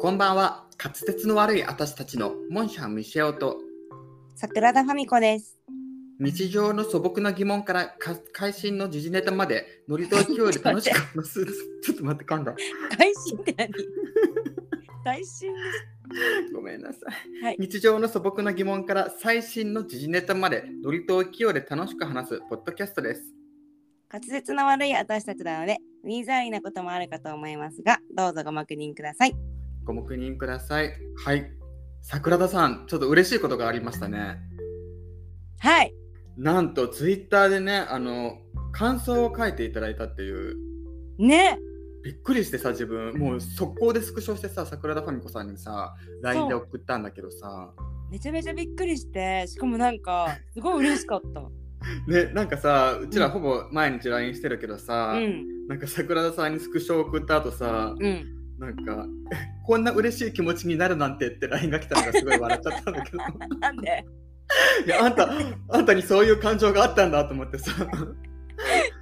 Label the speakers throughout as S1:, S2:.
S1: こんばんは。滑舌の悪い私たちのモンシャン・ミシェオと
S2: 桜田ファミコです。
S1: 日常の素朴な疑問からか会心の時事ネタまでノリと勢いで楽しく話 す。ちょっと待って、噛んだ。
S2: 会心って 何会心で
S1: ごめんなさい。
S2: はい
S1: 日常の素朴な疑問から最新の時事ネタまでノリと勢いで楽しく話すポッドキャストです。
S2: 滑舌の悪い私たちなので、ウィザーリーなこともあるかと思いますが、どうぞご確認ください。
S1: ご黙認ください。はい。桜田さん、ちょっと嬉しいことがありましたね。
S2: はい。
S1: なんとツイッターでね、あの、感想を書いていただいたっていう、
S2: ね。
S1: びっくりしてさ、自分、もう速攻でスクショしてさ、桜田ファミ子さんにさ、LINE で送ったんだけどさ、
S2: めちゃめちゃびっくりして、しかもなんか、すごい嬉しかった。
S1: ね、なんかさ、うちら
S2: うん
S1: ほぼ毎日 LINE してるけどさ、
S2: うん。
S1: なんか桜田さんにスクショ送った後さ、
S2: うん。
S1: なんか、 こんな嬉しい気持ちになるなんてって LINE が来たのがすごい笑っちゃったんだ けど、
S2: なんで
S1: いや、あんた、あんたにそういう感情があったんだと思って さ、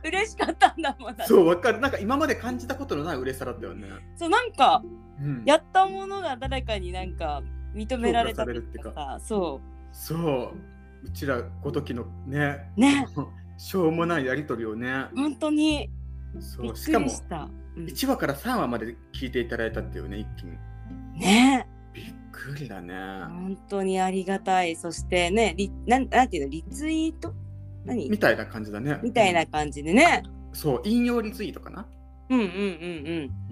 S2: 嬉しかったんだもんな。
S1: そう、わかる。なんか今まで感じたことのない嬉しさだったよね。
S2: そう、なんか、
S1: うん、
S2: やったものが誰かになんか認められた
S1: 評価されるっていう
S2: か。そ
S1: そう、うちらごときの ね、
S2: う。ね。
S1: しょうもないやりとりをね、
S2: 本当に
S1: そ
S2: びっ
S1: う、
S2: く
S1: しかも
S2: りした。うん
S1: 1話から3話まで聞いていただいたっていうね、一気に。
S2: ね。
S1: びっくりだね。
S2: 本当にありがたい。そしてね、リなんなんていうの、リツイート何
S1: み
S2: み
S1: たいな感じだね。
S2: たいな感じでね、
S1: そう、引用リツイートかな。
S2: うんうんうん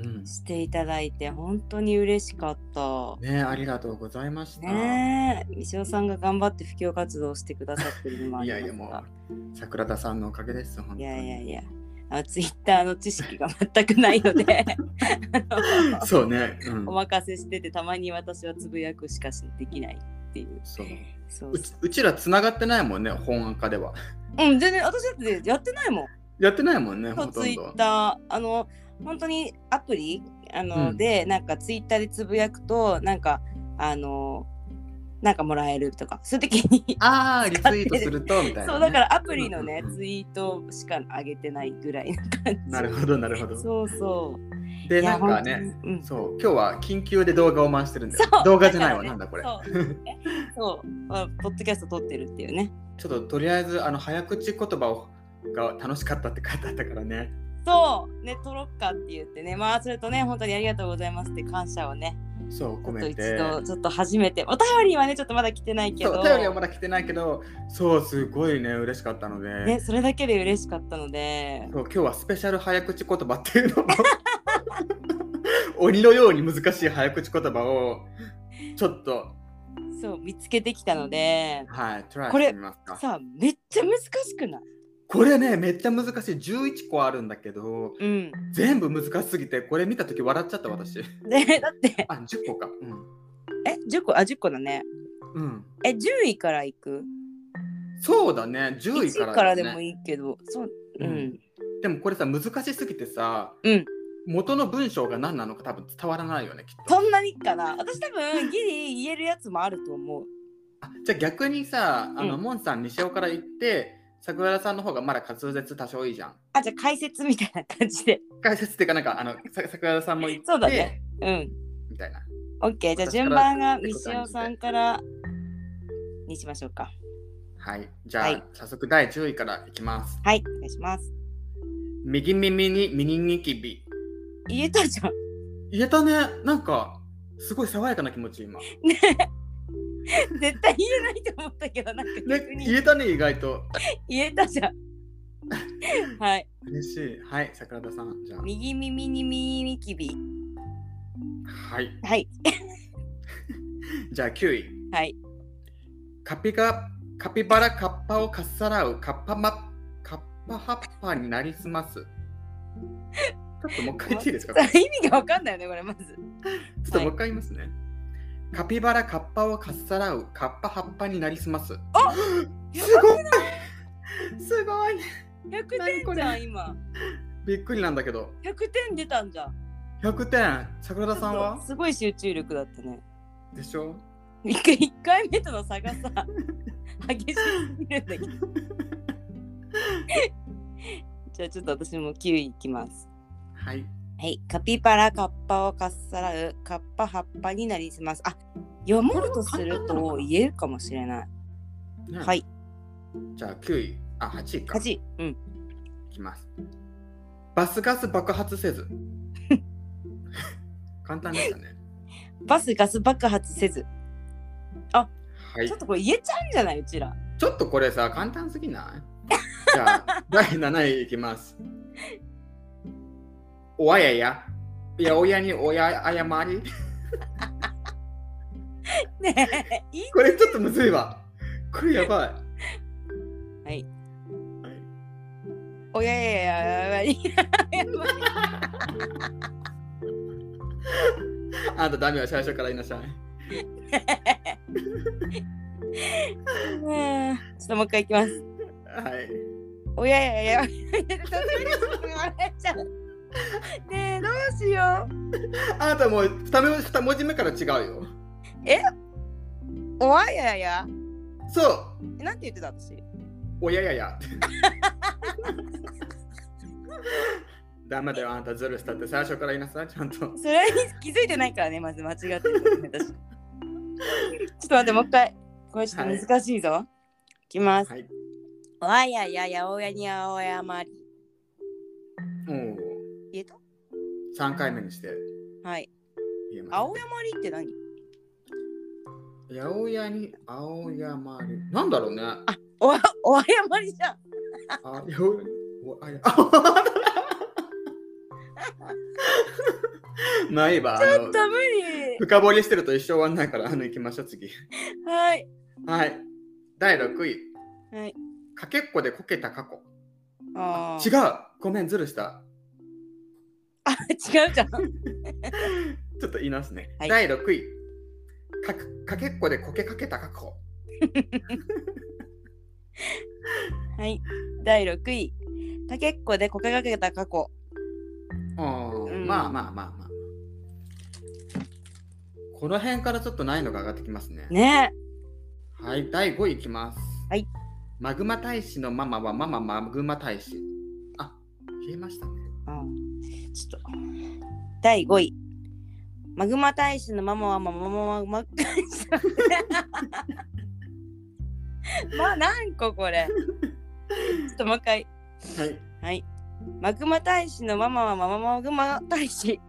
S1: うん
S2: うん、。していただいて、本当に嬉しかった。
S1: ねありがとうございました。
S2: ねえ、西尾さんが頑張って布教活動をしてくださってるのもあ
S1: い
S2: り
S1: や
S2: ま
S1: い
S2: すが
S1: やもう桜田さんのおかげです本当に
S2: いやいやいや、あのツイッターの知識が全くない ので、あ の
S1: そうね、うん
S2: お、任せしてて、たまに私はつぶやくしかしできないっていう。
S1: そう
S2: そう
S1: うちうちら繋がってないもんね本赤では
S2: うん、全然私だってやってないもん。
S1: やってないもんね
S2: そ
S1: ほ
S2: う
S1: と
S2: ツ
S1: ん
S2: イ
S1: ど
S2: ッターあの本当にアプリあの、
S1: うん
S2: でなんかツイッターでつぶやくとなんかあのなんかもらえるとかそういう時に
S1: ああリツイートするとみたいなね、
S2: そうだからアプリの
S1: う
S2: ね
S1: んうんうん
S2: ツイートしか上げてないぐらいな感 じ
S1: なるほどなるほど
S2: そうそう
S1: で
S2: い
S1: な
S2: や
S1: んかね、
S2: 本当にうん
S1: そう今日は緊急で動画を回してるんだよ
S2: そう
S1: 動画じゃないわ、
S2: だ
S1: なん
S2: か
S1: だこれ
S2: らねそうそうまあポッドキャスト撮ってるっていうね
S1: ちょっととりあえずあの早口言葉をが楽しかったって書いてあったからね
S2: そうね撮ろっかって言ってねまあそれとね本当にありがとうございますって感謝をね
S1: そう
S2: ち
S1: コ
S2: ょっと
S1: メン
S2: 一
S1: ト
S2: 度ちょっと初めてお便りはねちょっとまだ来てないけ
S1: そう
S2: ど
S1: お便りはまだ来てないけどそうすごいね嬉しかったので、
S2: ね、それだけで嬉しかったので、
S1: そう今日はスペシャル早口言葉っていうのを 鬼のように難しい早口言葉をちょっと
S2: そう見つけてきたので、
S1: はいトライ
S2: これ
S1: してみますか
S2: さあめっちゃ難しくない？
S1: これねめっちゃ難しい11個あるんだけど
S2: うん。
S1: 全部難しすぎてこれ見た時笑っちゃった私
S2: でだって
S1: あ10個かう
S2: え10個あ10個だね。
S1: ん、うん、
S2: え10位からいく
S1: そうだね10
S2: ?1
S1: 位
S2: 位
S1: から,、ね、
S2: からでもいいけど、そうう
S1: うんでもこれさ難しすぎてさ、
S2: うん
S1: 元の文章が何なのか多分伝わらないよねきっと
S2: そんなにかな。私多分ギリ言えるやつもあると思う。
S1: あじゃあ逆にさあの、
S2: うん
S1: モンさん西尾から行って桜田さんの方がまだ滑舌多少いいじゃん
S2: あじゃあ解説みたいな感じで。
S1: 解説っていうかなんかあのさ桜田さんも行って
S2: そうだねうん。
S1: みたいな
S2: オッケーじゃあ順番が西尾さんからにしましょうか。
S1: はいじゃあ、
S2: はい
S1: 早速第10位からいきます
S2: はいお願いします。
S1: 右耳にミニニキビ
S2: 言えたじゃん。
S1: 言えたねなんかすごい爽やかな気持ち今、ね、
S2: ね 絶対言えないと思ったけどなんか逆に
S1: 言えたね意外と
S2: 言えたじ ゃんはい
S1: 嬉しいはい桜田さんじゃあ
S2: 右耳に右ニキビ
S1: はい
S2: はい
S1: じゃあ9位
S2: はい
S1: カピがカピバラカッパをかっさらうカッパマカッパ葉っぱになりす ます。ちょっともう一回言っていいですかちょっ
S2: 意味がわかんないよねこれまず
S1: ともう一回言いますね。カピバラカッパをかっさらうカッパ葉っぱになりすます。
S2: あ
S1: すごいすごい
S2: 100点じゃん今
S1: びっくりなんだけど。
S2: 100点出たんじゃん
S1: 100点桜田さんは
S2: すごい集中力だったね
S1: でしょ
S2: 一回一回目との差 がさ激しすぎるんだけどじゃあちょっと私も9位いきます
S1: はい。
S2: はい。カピバラ、カッパをかっさらう、カッパ葉っぱになりすます。あ、読もうとすると言えるかもしれない。
S1: ね
S2: はい。
S1: じゃあ9位、あ、8位か。
S2: 8。うん。
S1: いきます。バスガス爆発せず。 簡単でしたね。
S2: バスガス爆発せず。
S1: はい
S2: ちょっ。とこれ言えちゃうんじゃないうちら。
S1: ちょっとこれさ、簡単すぎないじゃあ、第7位いきます。おあやや。いや、おやにおや謝り。
S2: ねえ。いい
S1: これちょっとむずいわ。これやばい。
S2: は
S1: は
S2: い
S1: い。
S2: おややややや やばい。
S1: あんたダメよ、最初から言いなさい。
S2: うんちょっともう一回いきます。
S1: はい。
S2: おやややや。ちょっと嬉しくて笑っちゃう ねえ、どうしよ
S1: あなたもう 2, 二文字目から違うよ。
S2: う。おわややや。
S1: そう。
S2: えなんて言ってた私。
S1: おややや。ダメだよ、あんたズルしたって最初から言いなさい、ちゃんと。
S2: それに気づいてないからね、まず間違ってるからね、私。ちょっと待って、もう一回。これちょっと難しいぞ。い、きます。
S1: はい。
S2: おわやややおやにあおやまり。
S1: もう
S2: 言えた
S1: 3回目にして
S2: はい。
S1: 言えま
S2: 青山りって何
S1: す。やおやに青山り。なんだろうね。あ、
S2: おわ、おわやまりじゃん。
S1: やおおあや。 あまあいいわ。あ
S2: ちょ
S1: の
S2: っと無理。
S1: 深掘りしてると一生終わんないから、あの、行きましょう、次。
S2: はい。
S1: はい。第6位。
S2: はい。
S1: かけっこでこけた過去。
S2: あ
S1: 違
S2: ー
S1: うごめん、ズルした。
S2: あ、違うじゃ
S1: ちょ
S2: ん。
S1: っと言いますね。
S2: はい
S1: 第6位か。かけっこでこけかけた過去。
S2: はい。第6位。かけっこでこけかけた過去。
S1: うん、まあまあまあまあ。この辺からちょっと難易度が上がってきますね。
S2: ね
S1: はい、第5位いきます。
S2: はい。
S1: マグマ大使のママはマママグマ大使。あ、消えましたね。
S2: え。うん。ちょっと。第5位。マグマ大使のママはマママママまあ何個これちょっともう一回
S1: はい。
S2: はいマグマ大使のママはマママグマ大使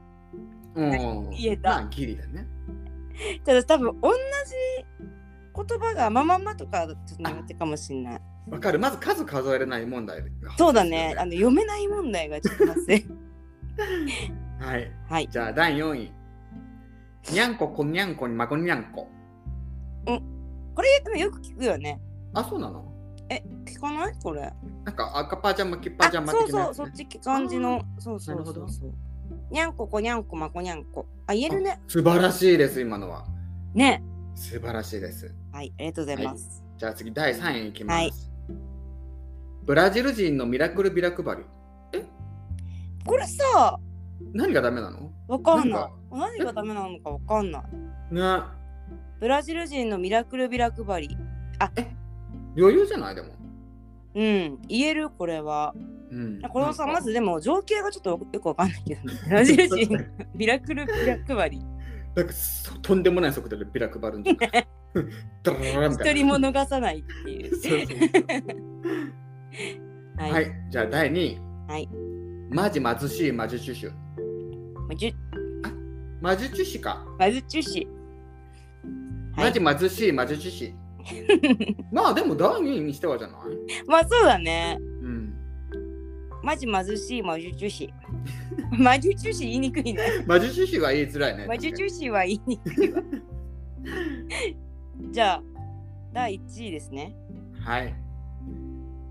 S1: うん。
S2: 言えた
S1: まあ、ギリだね。
S2: ただ多分同じ言葉がマママとかだとちょっと苦手かもしれない
S1: わかる。まず数数えれない問題が
S2: そうだね。あの読めない問題がちょっと発生。
S1: はい。
S2: はい。
S1: じゃあ、第4位。にゃんここにゃんこにまこにゃんこ。
S2: これでもよく聞くよね。
S1: あ、そうなの
S2: 聞かないこれ。
S1: なんか赤パジャマ、黄パ
S2: あ、
S1: ジャマ
S2: そう
S1: 的な
S2: そ
S1: や
S2: う、
S1: つ、
S2: そ
S1: ね
S2: っ。ち感じの。そうそ
S1: な
S2: う
S1: る
S2: そ
S1: ほ
S2: う
S1: ど
S2: そう。にゃんここにゃんこまこにゃんこ。あ、言えるね。
S1: 素晴らしいです、今のは。
S2: ね。
S1: 素晴らしいです。
S2: はい、ありがとうございます。
S1: じゃあ次、第3位いきます。
S2: はい
S1: ブラジル人のミラクルビラ配り。
S2: これさ、
S1: 何がダメなの
S2: わかんな。
S1: ない
S2: 何がダメなのかわかんない。
S1: ね。
S2: ブラジル人のミラクルビラ配り。
S1: 余裕じゃないでも。
S2: うん、言えるこれは。
S1: うん、
S2: これはさ、
S1: なん
S2: ま
S1: か
S2: ずでも情景がちょっとよくわかんないけどね。ブラジル人のミラクルビラ配り。
S1: なんかそとんでもない速度でビラ配るんじゃないダラララみたいな
S2: 一人も逃さないっていう。
S1: そうそう そう
S2: は
S1: はい、じゃあ第2位。
S2: はい。
S1: マジ貧しい魔術師。
S2: まじゅ
S1: 魔術師か。
S2: まず中止。は
S1: マ
S2: い
S1: ジ、貧しい魔術 師。まあでも第2位にしてはじゃない
S2: まあそうだね。
S1: うん。
S2: マジ貧しい 魔術中止。魔術中止言いにくいね。
S1: 魔術師は言いづらいね。
S2: 魔術中止は言いにくい わ。じゃあ、第1位ですね。
S1: はい。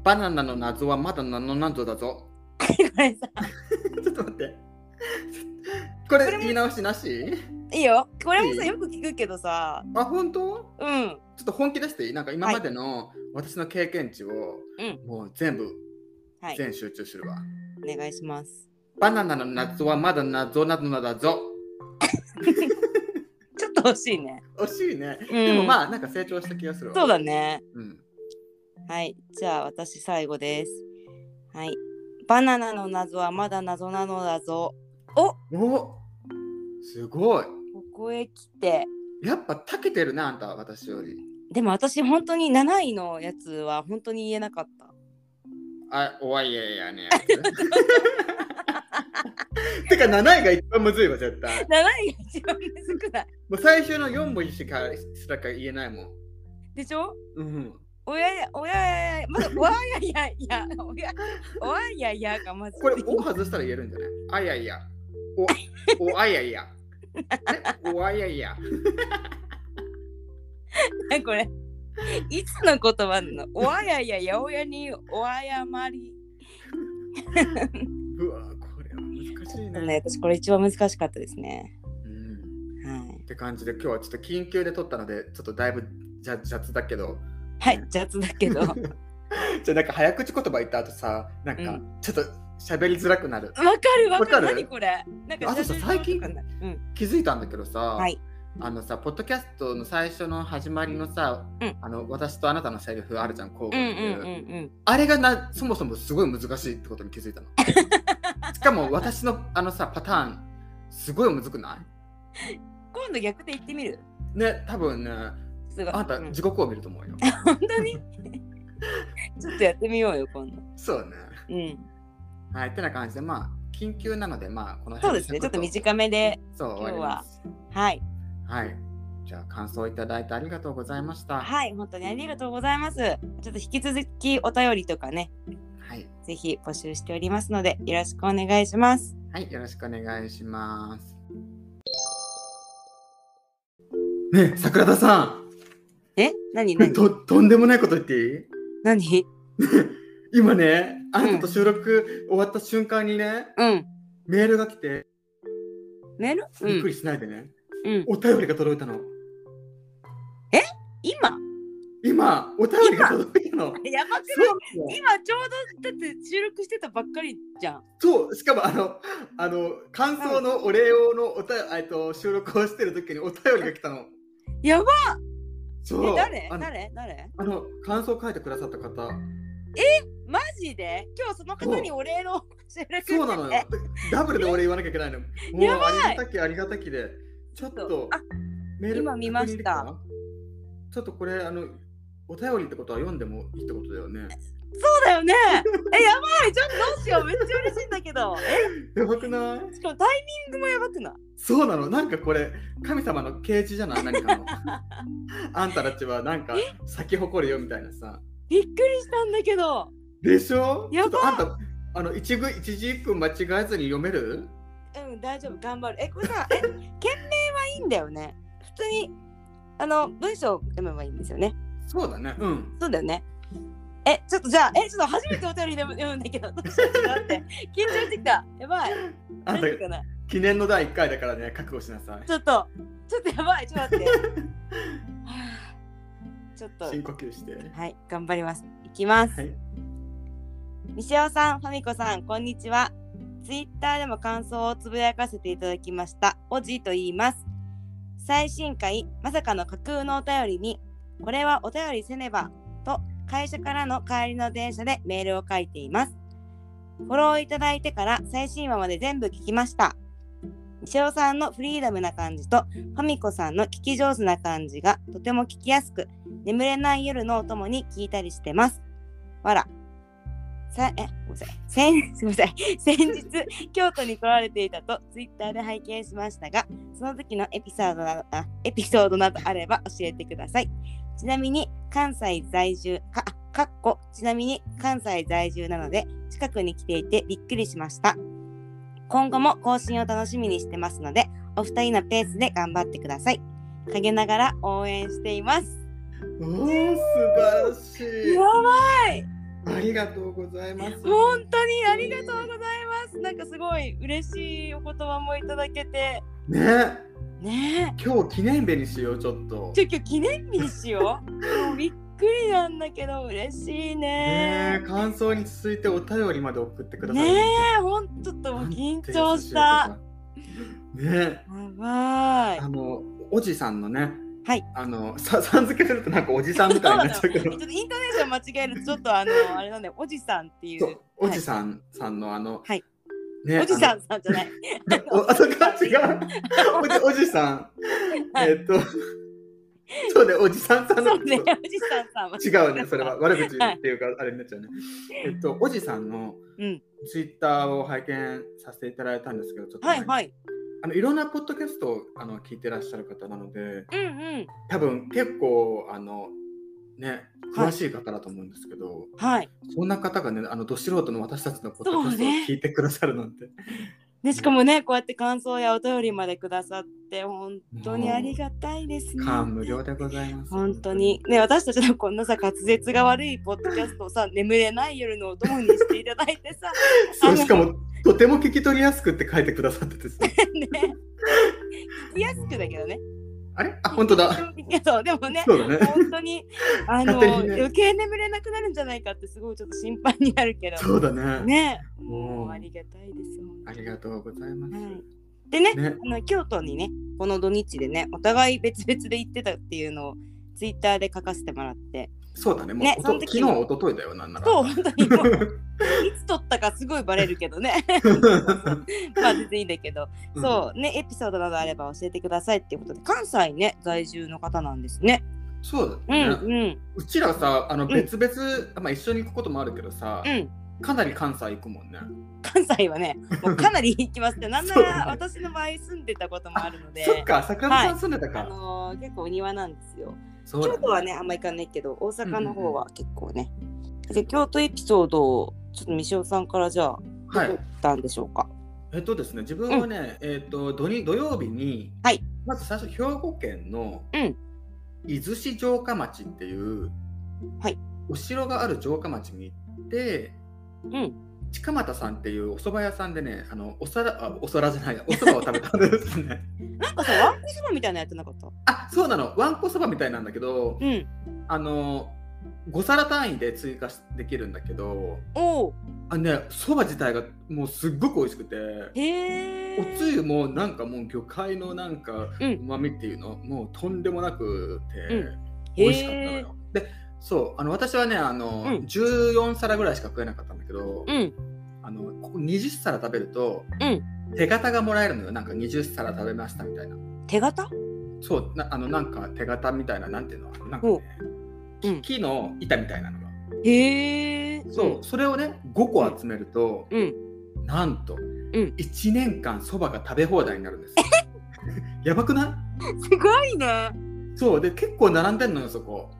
S1: バナナの謎はまだ何の謎だぞ。
S2: これさ、
S1: ちょっと待って。これ
S2: これも
S1: 言い直しなし
S2: いいよ。これも
S1: い
S2: さ、
S1: い
S2: よく聞くけどさ、
S1: あ、本当
S2: うん。
S1: ちょっと本気出していいなんか今までの私の経験値を
S2: うん
S1: もう全部、
S2: はい、
S1: 全集中するわ。
S2: お願いします。
S1: バナナの謎はまだ謎なのだぞ。
S2: ちょっと惜しいね。
S1: 惜しいね。
S2: うん
S1: でもまあなんか成長した気がするわ。
S2: そうだね。
S1: うん。
S2: はい、じゃあ私最後です。はい。バナナの謎はまだ謎なのだぞ。お
S1: おすごい
S2: ここへ来て
S1: やっぱたけてるなあんた私より
S2: でも私本当に7位のやつは本当に言えなかった
S1: あおわいやいや ねやつてか7位が一番むずいわ絶対
S2: 7位が一番少ない
S1: もう最初の4文字しかしか言えないもん
S2: でしょ
S1: うん
S2: おややおやややまだおややややおやおやややがまず
S1: これ「お」外したら言えるんじゃないあやいやおおあやい やねおあやいや
S2: これいつの言葉なのおあやややおやにおあやまり
S1: うわこれは難しいね
S2: ね私これ一番難しかったですね
S1: うん
S2: はい
S1: って感じで今日はちょっと緊急で撮ったのでちょっとだいぶじゃ雑だけど
S2: はい雑だけどわ
S1: じゃなんか早口言葉言った後さなん
S2: う
S1: かちょっと喋りづらくなる、
S2: かるわか
S1: わか
S2: る
S1: る
S2: 何これなんか
S1: あとさ
S2: ジャズ
S1: 最近
S2: とかなうん
S1: 気づいたんだけどさ、
S2: はい
S1: あのさポッドキャストの最初の始まりのさ、
S2: うん
S1: あの私とあなたのセリフあるじゃん交
S2: うん
S1: 互っていう
S2: う、んうんうん
S1: あれがなそもそもすごい難しいってことに気づいた のしかも私のあのさパターンすごいむずくな
S2: 今度逆で言ってみる
S1: いね多分ね
S2: すごい
S1: あんた
S2: うん
S1: 地獄を見ると思うよ
S2: 本当にちょっとやってみようよ今度
S1: そうね
S2: うん
S1: はいってな感じでまあ緊急なのでまあこの
S2: そう
S1: 辺
S2: ですねちょっと
S1: サク
S2: 短めで
S1: そう終わります
S2: はい
S1: はい。じゃあ感想いただいてありがとうございました。は
S2: はい本当にありがとうございますちょっと引き続きお便りとかね
S1: い。
S2: ぜひ募集しておりますのでよろしくお願いします
S1: はい、よろしくお願いします。ねえ、桜田さ
S2: え何
S1: ん、
S2: 何
S1: ととんでもないこと言っていい
S2: 何
S1: 今ね、あなたと収録終わった瞬間にね、
S2: うん
S1: メールが来て、
S2: メールう
S1: びっく
S2: ん、
S1: りしないでね、
S2: うん、
S1: お便りが届いたの。
S2: 今
S1: 今、お便りが届いたの。
S2: やばくない
S1: そう
S2: 今ちょうどだって収録してたばっかりじゃん
S1: そう、しかもあの、あの、感想のお礼用のおた、えっと、収録をしてる時にお便りが来たの。
S2: やば
S1: そう。
S2: え誰
S1: あの
S2: 誰誰
S1: あの感想書いてくださった方、
S2: マジで今日その方にお礼の収録してて
S1: そうなのよ。だダブルで俺言わなきゃいけないの。もう
S2: やば
S1: ありがたきありがたきで、ちょっと
S2: あ
S1: メール
S2: 今見ました
S1: 確認できた。ちょっとこれあのお便りってことは読んでもいいってことだよね。
S2: そうだよね。え、やばい、ちょっとどうしよう、めっちゃ嬉しいんだけど。え、
S1: やばくない？
S2: しかもタイミングもやばくない。
S1: そうなの。なんかこれ神様の啓示じゃない何 かの。あんたたちはなんか咲き誇るよみたいなさ。
S2: びっくりしたんだけど。
S1: でしょ？ちょ
S2: やばい
S1: っとあんたあの一句一字一句間違えずに読める？
S2: うん、大丈夫、頑張る。え、これさ、え、件名はいいんだよね。普通に。あの、文章を読めばいいんですよね。
S1: そうだね。うん。
S2: そうだよね。え、ちょっとじゃあ、え、ちょっと初めてお便りでも読むんだけど、どうしようちょっと待って。緊張してきた。やばい。
S1: あんた
S2: 大丈夫かな。
S1: 記念の第一回だからね覚悟しなさい
S2: ち。ょっと、ちょっとやばい、ちょっと 待って。はあちょっと、
S1: 深呼吸して。
S2: はい、頑張ります。いきます。
S1: はい。
S2: 西尾さん、ファミコさん、こんにちは。ツイッターでも感想をつぶやかせていただきました。おじいと言います。最新回、まさかの架空のお便りに、これはお便りせねば、と会社からの帰りの電車でメールを書いています。フォローいただいてから最新話まで全部聞きました。西尾さんのフリーダムな感じと、ファミコさんの聞き上手な感じがとても聞きやすく、眠れない夜のお供に聞いたりしてます。わら。さえ、ごめんなさい。先、 すみません。先日、京都に来られていたと、ツイッターで拝見しましたが、その時のエピソードなど、あエピソードなどあれば教えてください。ちなみに、関西在住、か、あかっこ、ちなみに関西在住なので、近くに来ていてびっくりしました。今後も更新を楽しみにしてますので、お二人のペースで頑張ってください。陰ながら応援しています。
S1: おお、素晴ら
S2: や
S1: し
S2: ばい
S1: い。ありがとうございます。
S2: 本当にありがとうございますなんかすごい嬉しいお言葉もいただけて
S1: ね、
S2: ね
S1: 今日記念日にしよう、ちょっと
S2: え。ちょ今日記念日にしようもうびっくりなんだけど嬉しい
S1: ね
S2: ね
S1: え、感想に続いてお便りまで送ってください。
S2: ねえほんとちょっともう
S1: なんて
S2: 緊
S1: 優しい
S2: 張した。
S1: ねえ、
S2: やばい
S1: あの、おじさんのね。
S2: はい。
S1: あの、さ、さん付けすると、なんかおじさんみたいになっちゃうけ
S2: ち
S1: ど
S2: ょっ。とイントネーション間違えるとちょっとあのあれなんだよおじさんってい
S1: そうう、おじさん、さんの、あの。
S2: はい
S1: ね
S2: おじさんさんじゃない。
S1: あのおあ そっか違 うおじおじさんえっとそうねおじさんさん
S2: そ
S1: の
S2: うね、おじさんさんは。
S1: 違うねそ れは。悪口っていうかあれになっちゃうねえっとおじさんの
S2: うん。
S1: ツイッターを拝見させていただいたんですけどちょっと、
S2: はいはい。
S1: あのいろんなポッドキャストをあの聞いてらっしゃる方なので
S2: うんうん。
S1: 多分結構あのね詳しい方だと思うんですけど、
S2: はい。
S1: そんな方がねあのど素人の私たちのポッドキャストを聞いてくださるなんて、
S2: で、しかもね、こうやって感想やお便りまでくださって、本当にありがたいですね。
S1: 感無量でございます
S2: 本当に。ね、私たちのこんなさ、滑舌が悪いポッドキャストをさ、眠れない夜のお供にしていただいてさ、
S1: そうしかもとても聞き取りやすくって書いてくださっててさ
S2: ね。聞きやすくだけどね。
S1: あれあ本当だ
S2: いやそう、でもね、
S1: そうだね
S2: 本当に、あの、
S1: 勝手にね
S2: 余計眠れなくなるんじゃないかって、すごいちょっと心配になるけど。
S1: そうだね
S2: ね、
S1: も
S2: も
S1: う
S2: うありがたいです。本当
S1: あ
S2: に
S1: りがとうございます、
S2: はい。でね、
S1: ね
S2: あの京都にね、この土日でね、お互い別々で行ってたっていうのを。ツイッターで書かせてもらって、
S1: そうだねもう
S2: ね
S1: お
S2: そ
S1: と
S2: の
S1: 昨日
S2: 時
S1: 一昨日だよなんなら
S2: そう本当にもういつ撮ったかすごいバレるけ どねまあ全然いいんだけど、
S1: うん
S2: そうねエピソードなどあれば教えてくださいっていうことで関西ね在住の方なんですね
S1: そう
S2: う
S1: だ
S2: ん
S1: ね、
S2: うんうん
S1: うちらさあの
S2: ん
S1: 別々、まあ、一緒に行くこともあるけどさ、かなり関西行くもんね
S2: 関西はねもうかなり行きますねなんな
S1: そうだ
S2: ら
S1: ね
S2: 私の場合住んでたこともあるので
S1: そっか桜庭さん住んでたか、
S2: あのー結構お庭なんですよ
S1: そうだね
S2: 京都はねあんま行かないけど大阪の方は結構ね、じゃあ京都エピソードをちょっと三塩さんからじゃあ
S1: はい
S2: どうったんでしょうか
S1: えっとですね、自分はね、えっと土に土曜日に、
S2: はい
S1: まず最初兵庫県の、
S2: うん
S1: 伊豆市城下町っていう、
S2: はい
S1: お城がある城下町に行って
S2: うん
S1: 近俣さんっていうお蕎麦屋さんでねあのお皿あお皿じゃないやお蕎麦を食べたんです ね
S2: なんかさワンコそばみたいなやってなかった
S1: あそうなのわんこそばみたいなんだけど、
S2: うん
S1: あの5皿単位で追加しできるんだけど
S2: おお
S1: あのねそば自体がもうすっごく美味しくて
S2: へえ
S1: おつゆもなんかもう魚介のなんか
S2: うん
S1: うまみっていうの、もうとんでもなくて、
S2: うん
S1: 美味しかったのよ。でそうあの私はねあの、
S2: うん
S1: 14皿ぐらいしか食えなかったんだけど、
S2: うん
S1: あのここ20皿食べると、
S2: うん
S1: 手形がもらえるのよなんか20皿食べましたみたいな
S2: 手形
S1: そうなあのなんか手形みたいななんていうのなんか、ね
S2: おうん
S1: 木の板みたいなのが
S2: へえ
S1: そう、それをね5個集めると、
S2: うん
S1: なんと、
S2: ん
S1: 一1年間そばが食べ放題になるんです やばくない
S2: すごいね
S1: そうで結構並んでんのよそこ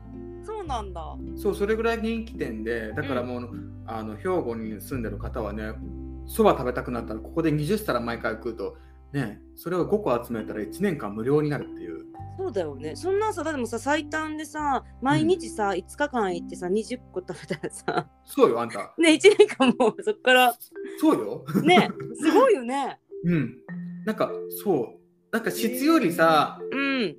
S2: そうなんだ
S1: そうそれぐらい人気店でだからもう、あの兵庫に住んでる方はねそば食べたくなったらここで20皿毎回食うとねそれを5個集めたら1年間無料になるっていう
S2: そうだよねそんなさだってもさ最短でさ毎日さ、5日間行ってさ20個食べたらさ
S1: そうよあんた
S2: ね1年間もうそっから
S1: そうよ
S2: ねすごいよね
S1: うんなんかそうなんか質よりさ、
S2: うん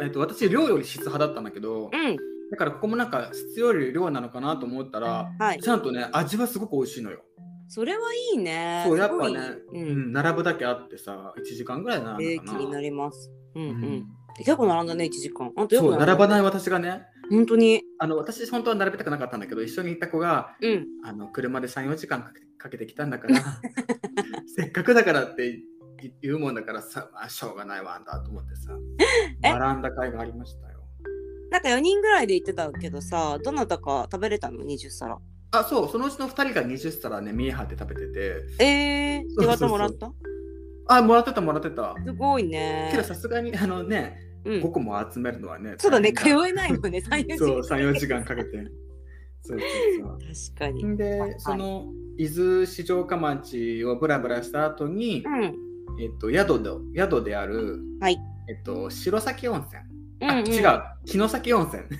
S1: えっと私量より質派だったんだけど、
S2: うん
S1: だからここもなんか質より量なのかなと思ったら、
S2: はい
S1: ちゃんとね味はすごく美味しいのよ
S2: それはいいね
S1: そうやっぱね
S2: すごい
S1: うん
S2: うん、
S1: 並ぶだけあってさ1時間ぐらい並
S2: え
S1: ん
S2: ー
S1: だ
S2: 気
S1: かな、
S2: になりますうん
S1: う
S2: うん、
S1: ん
S2: 結構並んだね1時間あんたよ
S1: そ
S2: く
S1: う並ばない
S2: い
S1: 私がね
S2: 本当に
S1: あの私本当は並べたくなかったんだけど一緒に行った子が
S2: うん
S1: あの車で34時間かけかけてきたんだから せっかくだからって言言うもんだからさ、まあ、しょうがないわあんたと思ってさ
S2: え
S1: 並んだ会がありましたよ
S2: なんか4人ぐらいで行ってたけどさどなたか食べれたの20皿
S1: あそうそのうちの2人が20皿ね見え張って食べてて
S2: えー、手
S1: そうそうそう
S2: 形もらった
S1: あもらってたもらってた
S2: すごい
S1: けど
S2: ね
S1: さすがにあのね
S2: うん
S1: 5個も集めるのはね、
S2: そうだね、通
S1: 大変
S2: えないもんね、3、4時間。
S1: そう34時間かけてそうそうそう
S2: 確かに。
S1: でその伊豆市場下町をブラブラした後に、
S2: うん。
S1: えっと宿で宿である、
S2: はい
S1: えっと城崎温泉、
S2: うんうん、
S1: あ違う城崎温泉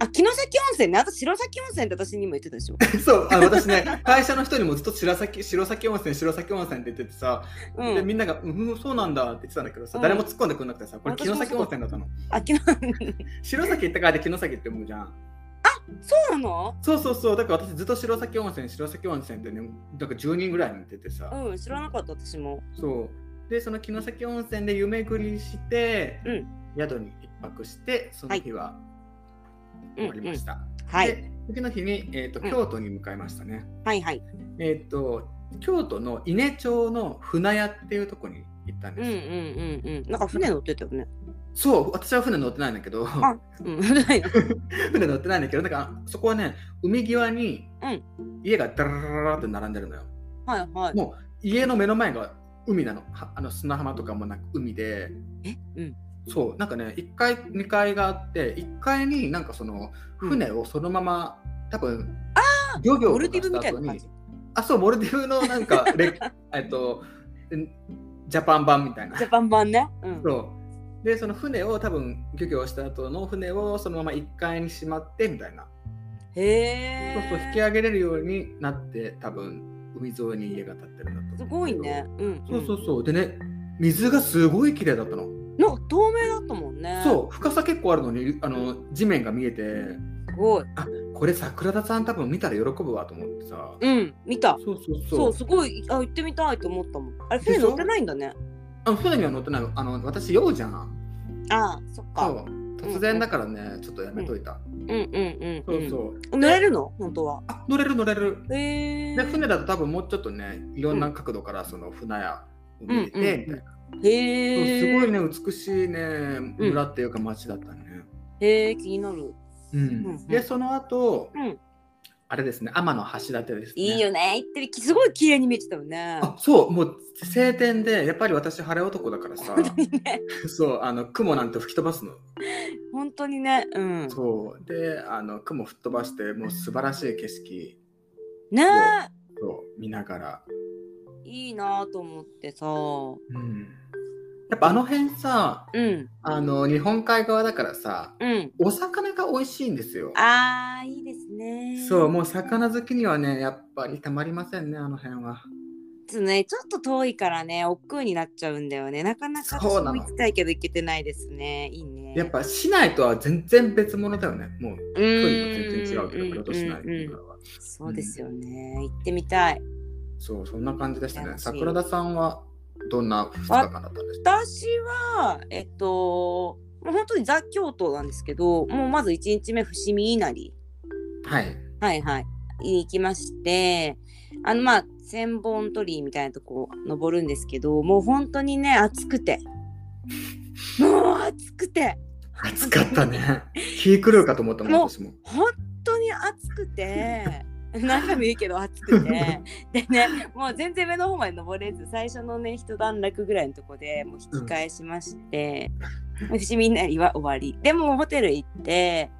S2: あ、城崎温泉ね。あと城崎温泉って私にも言ってたでしょ。
S1: そうあの私ね会社の人にもずっと城崎城崎温泉城崎温泉って言っててさ、
S2: う
S1: で
S2: ん。
S1: みんなが「うんうんそうなんだ」って言ってたんだけどさ、
S2: うん
S1: 誰も突っ込んでくんなくてさこれ
S2: 私
S1: 城
S2: もそう
S1: 崎温泉だったの
S2: あ、城
S1: 城崎行ったからで城崎って思うじゃん
S2: そうなの
S1: そうそうそうだから私ずっと城崎温泉城崎温泉ってねなんか10人ぐらいに言っててさ、
S2: うん、知らなかった私も。
S1: そうでその城崎温泉で湯巡りして、
S2: うん
S1: 宿に一泊してその日は
S2: うん
S1: 終わりました、
S2: はい。
S1: で次の日に、えーと
S2: うん
S1: 京都に向かいましたね、
S2: はいはい。
S1: えっ、と京都の伊根町の船屋っていうとこに行ったん
S2: う
S1: で
S2: ん
S1: す
S2: うん
S1: よ、
S2: うんうん。なんか船乗ってたよね。
S1: そう私は船乗ってないんだけど
S2: あ、うん。 ないな
S1: 船乗ってないんだけどなんかそこはね海際に
S2: うん
S1: 家がダララララって並んでるのよ
S2: はいはい。
S1: もう家の目の前が海なのはあの砂浜とかもなく海で
S2: え、うん。
S1: そうなんかね1階2階があって1階になんかその船をそのまま、多分漁業
S2: モル
S1: と
S2: ディ
S1: かし
S2: ブみ
S1: た
S2: たい
S1: 後
S2: な感
S1: に
S2: じ。
S1: あそうモルディブのなん かれえっとんジャパン版みたいな
S2: ジャパン版ね。うん。
S1: そうでその船を多分漁業した後の船をそのまま1階にしまってみたいな、
S2: へえ。
S1: そうそう引き上げれるようになって多分海沿いに家が建ってるんだと思うんだけど
S2: すごいね。うん。
S1: そうそううそうでね水がすごい綺麗だったの
S2: ん。なんか透明だったもんね。
S1: そう深さ結構あるのにあの地面が見えて
S2: う。すごい。
S1: あこれ桜田さん多分見たら喜ぶわと思ってさ、
S2: うん。見た。
S1: そうそうそう
S2: そう、すごい、あ、行ってみたいと思ったもん。あれ、
S1: でし
S2: 船
S1: ょ
S2: 乗ってないんだね。
S1: あの船には乗ってないあの私酔うじゃん
S2: ああ、そっ
S1: そ
S2: か。
S1: う突然だからね、ちょっとやめといた、
S2: うんうんうん。
S1: そうそう、
S2: うん。乗れるの本当は。
S1: あ乗れる乗れる
S2: へえ。
S1: で船だと多分もうちょっとねいろんな角度からその船屋を見れて
S2: うんうんうん
S1: みたいな、そう
S2: へえ。
S1: すごい。ね美しいね村っていうか町だったね、
S2: へえ、気になる。
S1: うん
S2: うん
S1: でその後、
S2: うん
S1: あれですね天橋立ですね
S2: いいよね。行ってる、すごい綺麗に見えてたよね。
S1: あそうもう晴天でやっぱり私晴れ男だからさ
S2: ね
S1: そうあの雲なんて吹き飛ばすの
S2: 本当にね。うん。
S1: そうであの雲吹っ飛ばしてもう素晴らしい景色
S2: ねえ。
S1: を見ながら、
S2: いいなと思ってさ。う
S1: うん、やっぱあの辺さ
S2: ん。
S1: あの日本海側だからさ
S2: うん。
S1: お魚が美味しいんですよ
S2: ああ、いいですね。
S1: そうもう魚好きにはねやっぱりたまりませんねあの辺は
S2: ちょっとね、ちょっと遠いからね、億劫になっちゃうんだよね。なかなか
S1: そ
S2: 私
S1: うな
S2: も
S1: の
S2: 行きたいけど行けてないですね。いいね。
S1: やっぱ市内とは全然別物だよねもう
S2: う
S1: 距離
S2: ー
S1: も
S2: ん、
S1: 全然違うけど京都市内
S2: うんうんうん
S1: からは
S2: そうですよね。行ってみたい。
S1: そうそんな感じでしたね
S2: 楽しい
S1: 桜田さんはどんな2日間だったんですか
S2: 私は、えっと、もう本当にザ・京都なんですけど、もうまず1日目、伏見稲荷。
S1: はい
S2: はいはい。に行きまして、あのまあ、千本鳥居みたいなとこ登るんですけど、もう本当にね、暑くて。もう暑くて。
S1: 暑かったね気狂うかと思ったもん
S2: もう
S1: 私も
S2: 本当に暑くて 何回も言うけど暑くてでねもう全然上の方まで登れず最初のね一段落ぐらいのとこでもう引き返しまして、伏見稲荷は終わりでもうホテル行って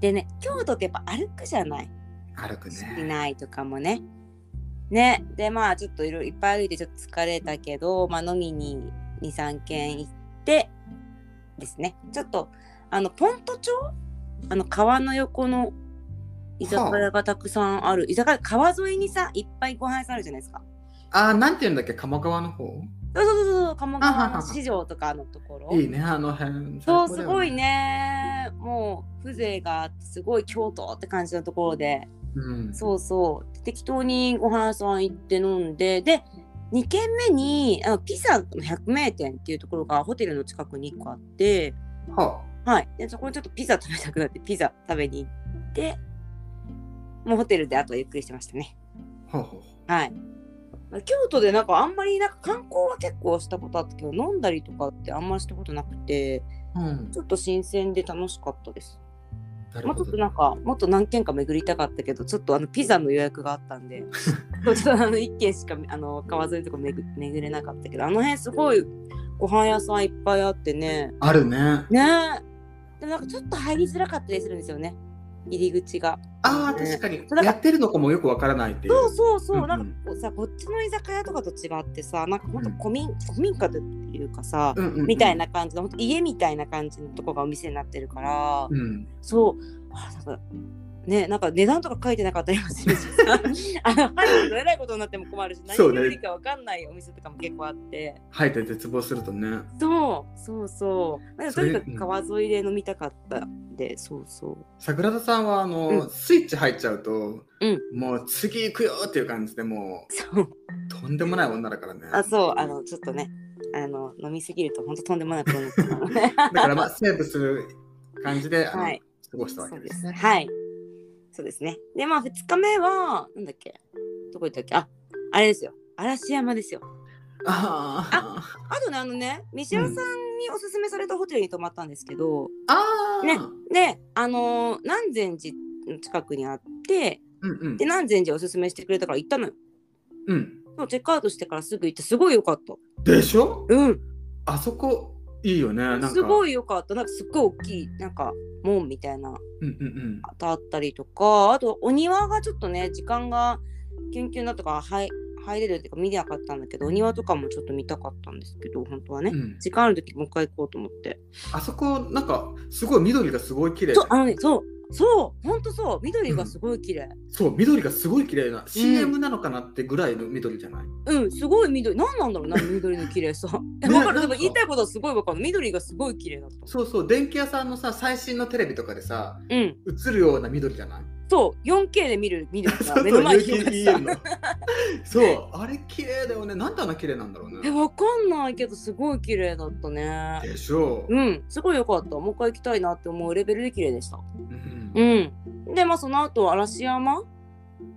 S2: でね京都ってやっぱ歩くじゃない
S1: 歩く
S2: し
S1: ね
S2: ないとかもね。ねでまあちょっといろいろいっぱい歩いてちょっと疲れたけど、まあ、飲みに23軒行ってですねちょっとあのポント町あの川の横の居酒屋がたくさんある、居酒屋川沿いにさいっぱいご飯屋さんあるじゃないですか。
S1: あーなんていうんだっけ鎌川の方
S2: そうそうそうそう鴨
S1: あは
S2: 川
S1: は
S2: の市場とかのところ。
S1: いいねあの辺
S2: そ
S1: 最
S2: う、す
S1: 高
S2: ご
S1: だ
S2: い
S1: よね
S2: ねもう風情があってすごい京都って感じのところで
S1: うん
S2: そうそう適当にご飯屋さん行って飲んでで2軒目にあのピザの百名店っていうところがホテルの近くに1個あって、
S1: は
S2: はい、でそこにちょっとピザ食べたくなってピザ食べに行ってもうホテルであとはゆっくりしてましたね。
S1: あはあは
S2: はいまあ京都でなんかあんまりなんか観光は結構したことあったけど飲んだりとかってあんまりしたことなくて
S1: あうん
S2: ちょっと新鮮で楽しかったです。
S1: なる
S2: もうち
S1: ほ
S2: ょっと
S1: ど
S2: なんかもっと何軒か巡りたかったけどちょっとあのピザの予約があった んでちょっとあの1軒しかあの川沿いとか巡巡れなかったけどあの辺すごいご飯屋さんいっぱいあってね
S1: あるね
S2: ねえでもなんかちょっと入りづらかったりするんですよね入り口が
S1: ああ
S2: ね
S1: 確かに
S2: そうだから
S1: やってるのかもよくわからないっていう
S2: そうそうそう、
S1: うんうん
S2: なんかこうさこっちの居酒屋とかと違ってさなんかほんと古民,、古民家というかさ、
S1: うんうんうん
S2: みたいな感じのほんと家みたいな感じのとこがお店になってるから、
S1: うん
S2: そう。あなんかね、なんか値段とか書いてなかったりも するしさあの入るとえらいことになっても困るし何
S1: そう
S2: 料
S1: ね
S2: 理かわかんないお店とかも結構あって
S1: 入って絶望するとね
S2: そうそうそうなんか
S1: そ
S2: と
S1: れ
S2: にかく川沿いで飲みたかったんでそうそう
S1: 桜田さんはあの、
S2: う
S1: スイッチ入っちゃうと、
S2: うん
S1: もう次行くよっていう感じでも
S2: そう
S1: うとんでもない女だからね
S2: あそうあのちょっとねあの飲みすぎると本当とんでもないことになってしまうので
S1: だからまあセーブする感じで、あの
S2: はい
S1: 過ごしたわ
S2: そ
S1: け
S2: う
S1: で
S2: ですす
S1: ね
S2: はいそうですねでまあ2日目はなんだっけどこ行ったっけああれですよ嵐山ですよ
S1: ああ
S2: あとねあのね西尾さんにおすすめされたホテルに泊まったんですけど、
S1: あー
S2: ねであのー南禅寺の近くにあって
S1: うんうん
S2: で南禅寺おすすめしてくれたから行ったのよ
S1: うん
S2: でもチェックアウトしてからすぐ行ってすごい良かった
S1: でしょ
S2: うん
S1: あそこいいよねなんか
S2: すご
S1: い
S2: い良かったなんかすっごい大きいなんか門みたいな
S1: うんうんうん
S2: あったりとかあとお庭がちょっとね時間がキュンキュンだったから入入れるっていうか見れなかったんだけどお庭とかもちょっと見たかったんですけど本当はね、
S1: うん
S2: 時間ある時もう一回行こうと思って
S1: あそこなんかすごい緑がすごい綺麗
S2: そうあのねそうそう本当そう緑がすごい綺麗
S1: そう緑がすごい綺麗な CM なのかなってぐらいの緑じゃない、
S2: うん、すごい緑何なんだろうな緑の綺 麗さわか
S1: な
S2: るで
S1: んか
S2: も言いたいことはすごいわかる緑がすごい綺麗だった
S1: そうそう電気屋さんのさ最新のテレビとかでさ
S2: うん
S1: 映るような緑じゃない
S2: そう 4K で見る緑
S1: そ
S2: が
S1: う
S2: 目の前に
S1: そう
S2: 広がってた
S1: UKEM のそうあれ綺麗だよねなんであんな綺麗なんだろう
S2: え
S1: ね
S2: わかんないけどすごい綺麗だったね
S1: でしょう、
S2: うんすごい良かったもう一回行きたいなって思うレベルで綺麗でした
S1: うん
S2: うんでまあその後嵐山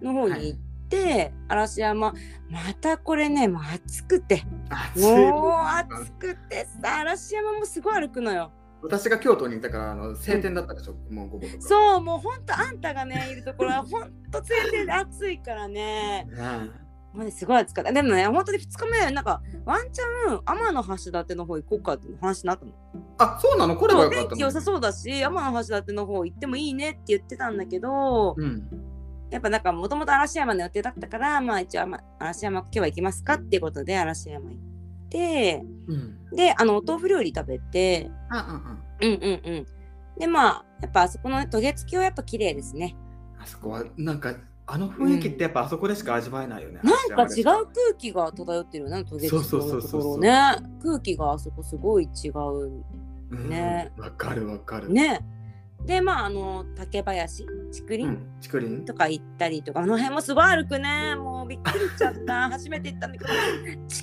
S2: の方に行って、嵐山またこれねもう暑くて
S1: 暑い
S2: もう暑くてさ嵐山もすごい歩くのよ
S1: 私が京都にいたからあの晴天だったでしょ、もう午後とか
S2: そうもうほんとあんたがねいるとこ ろはほんと晴天で暑いからね
S1: ね
S2: もうねすごい暑かったでもね本当に2日目なんかワンチャン天の橋立の方行こうかって話になったの
S1: あそうなのこれはよ
S2: そう
S1: か
S2: 天
S1: った
S2: 気良さ
S1: の
S2: そうだし天の橋立の方行ってもいいねって言ってたんだけど、
S1: うん
S2: やっぱなんかもともと嵐山の予定だったからまあ一応あま嵐山今日は行きますかっていうことで嵐山行って
S1: うん
S2: であのお豆腐料理食べて
S1: ああ
S2: うんうんうんでまあやっぱあそこの渡月橋はやっぱ綺麗ですね
S1: ああそこはなんかあの雰囲気ってやっぱあそこでしか味わえないよね、
S2: なんか違う空
S1: う
S2: 気が漂ってるよね渡月橋
S1: そうそうそう
S2: のと
S1: そ
S2: こ
S1: うそ
S2: ろ
S1: う
S2: ね空気があそこすごい違うね
S1: うんわ、かるわかる
S2: ねでまああの竹林竹
S1: う
S2: 林、
S1: ん竹林
S2: とか行ったりとかあの辺もすごい歩くねもうびっくりしちゃっ た初めて行ったんだけど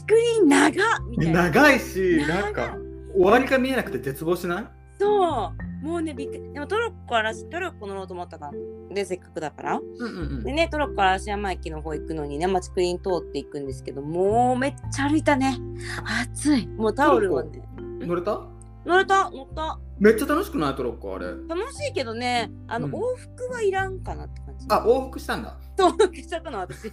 S2: 竹林長っみたいな
S1: 長いし
S2: 長い
S1: なんか終わりが見えなくて絶望しない
S2: そうもうねびっくりでもトロッコ嵐トロッコ乗ろうと思ったからでせっかくだから
S1: うんうんうん
S2: でねトロッコ嵐山駅の方行くのにね町クリーン通っていくんですけどもうめっちゃ歩いたね暑いもうタオルをね
S1: 乗れた
S2: 乗れた乗った
S1: めっちゃ楽しくないトロッコあれ
S2: 楽しいけどねあの、
S1: うん
S2: 往復はいらんかなって感じ
S1: あ往復したんだ
S2: 往復しちゃったの 私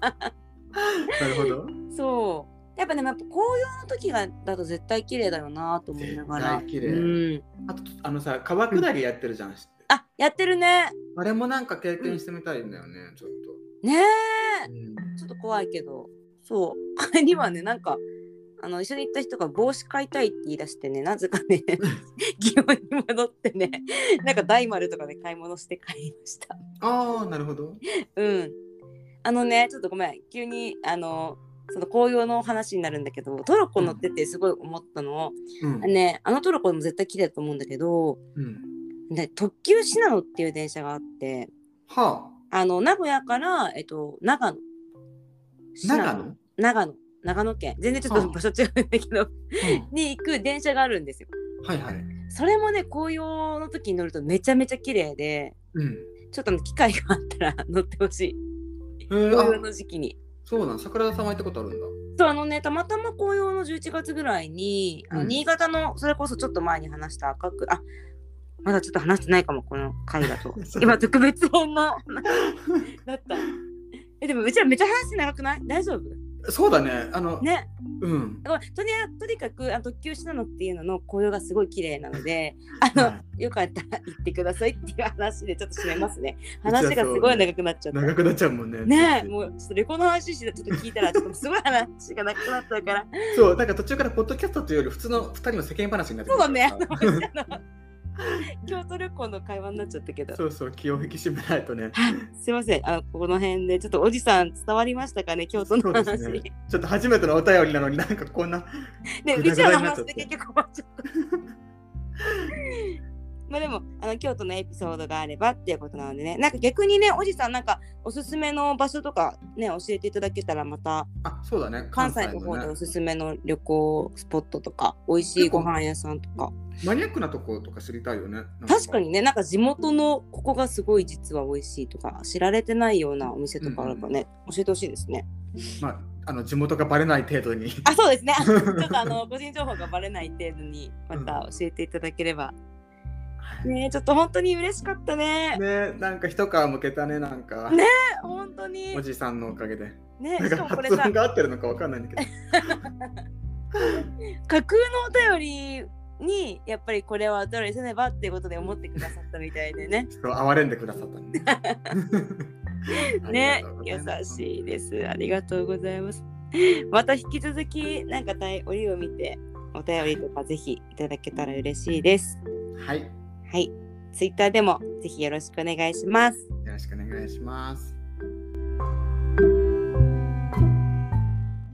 S1: なるほど
S2: そうやっぱねやっぱ紅葉の時がだと絶対綺麗だよなと思いながら
S1: 絶対綺麗
S2: うん、
S1: あとあのさ川下りやってるじゃん、知って
S2: あやってるね
S1: あれもなんか経験してみたいんだよね、ちょっ
S2: ねえ
S1: と、うん
S2: ちょっと怖いけど、そう。あれにはね、なんか、あの、一緒に行った人が帽子買いたいって言い出してね、なぜか ね、疑問に戻ってね、なんか大丸とかで買い物して買いました。
S1: ああなるほど
S2: うん。あのね、ちょっとごめん、急に、あの、その紅葉の話になるんだけど、トロッコ乗っててすごい思ったの、
S1: うん
S2: ね、あのトロッコも絶対綺麗だと思うんだけど、
S1: うん
S2: ね、特急シナノっていう電車があって、
S1: は
S2: あの、名古屋から、えっと、長
S1: あ
S2: 野。
S1: 長野、
S2: 長野長野県全然ちょっと
S1: うん
S2: 場所違うんだけど に行く電車があるんですよ
S1: はいはい
S2: それもね紅葉の時に乗るとめちゃめちゃ綺麗で
S1: うん
S2: ちょっとあの機会があったら乗ってほしい
S1: えー、
S2: 紅葉
S1: あ
S2: の時期に
S1: そうなん桜田さんは行ったことあるんだ
S2: そうあのねたまたま紅葉の11月ぐらいに、あの
S1: うん
S2: 新潟のそれこそちょっと前に話した赤くあまだちょっと話してないかもこの回だと
S1: そう
S2: 今特別編のだったえでもうちらめっちゃ話長くない大丈夫
S1: そうだねあの
S2: ね
S1: うん
S2: まあとにとにかくあの特急シナノっていうのの紅葉がすごい綺麗なのであの、
S1: は
S2: よかったら行ってくださいっていう話でちょっと締めま すね
S1: うちはそう
S2: 話がすごい長くなっちゃった
S1: 長くなっちゃうもんね
S2: ねえ
S1: 途中
S2: もうちょっとレコの話してちょっと聞いたらちょっとすごい話がなくなっ たから
S1: そうなんか途中からポッドキャストというより普通の二人の世間話になって
S2: そ
S1: くる
S2: うだねあのあの京都旅行の会話になっちゃったけ ど
S1: そうそう気を引き締めないとね
S2: はいすいませんあのここの辺でちょっとおじさん伝わりましたかね京都の
S1: そう
S2: 話
S1: です
S2: で,、
S1: ねちょっと初めてのお便りなのになんかこんな
S2: ね
S1: ぐ
S2: う
S1: だ
S2: ち
S1: ぐだ
S2: らの
S1: になっちゃ
S2: 話
S1: って
S2: で結局終わっちゃった まあでもあの京都のエピソードがあればっていうことなのでねなんか逆にねおじさんなんかおすすめの場所とかね教えていただけたらまた
S1: あそうだね
S2: 関西の方でお
S1: ね
S2: すすめの旅行スポットとか美味しいご飯屋さんとか
S1: マニアックなとことか知りたいよねなん
S2: 確かにねなんか地元のここがすごい実は美味しいとか知られてないようなお店とかあればね、教えてほしいですね
S1: まあ、あの地元がバレない程度 に。
S2: あ、そうですね。 ちょっとあの個人情報がバレない程度にまた教えていただければ。ねえちょっと本当に嬉しかったね。
S1: ね、なんか一皮むけたね、なんか。
S2: ね本当に
S1: お。じさんのおかげで。
S2: ね
S1: なん
S2: し
S1: か
S2: かもこれ
S1: 発
S2: さ
S1: 音、が合ってるのかわかんないんだけど。
S2: 架空のお便りにやっぱりこれはお便りせねばっていうことで思ってくださったみたいでね。
S1: ちょっと哀れんでくださった ね。
S2: ね
S1: あり
S2: 優
S1: がとうございます
S2: しいです。ありがとうございます。また引き続きなんか折を見てお便りとかぜひいただけたら嬉しいです。
S1: はい、よ
S2: はい。ツイッターでもぜひよろしくお願いします。
S1: ろしくお願いします。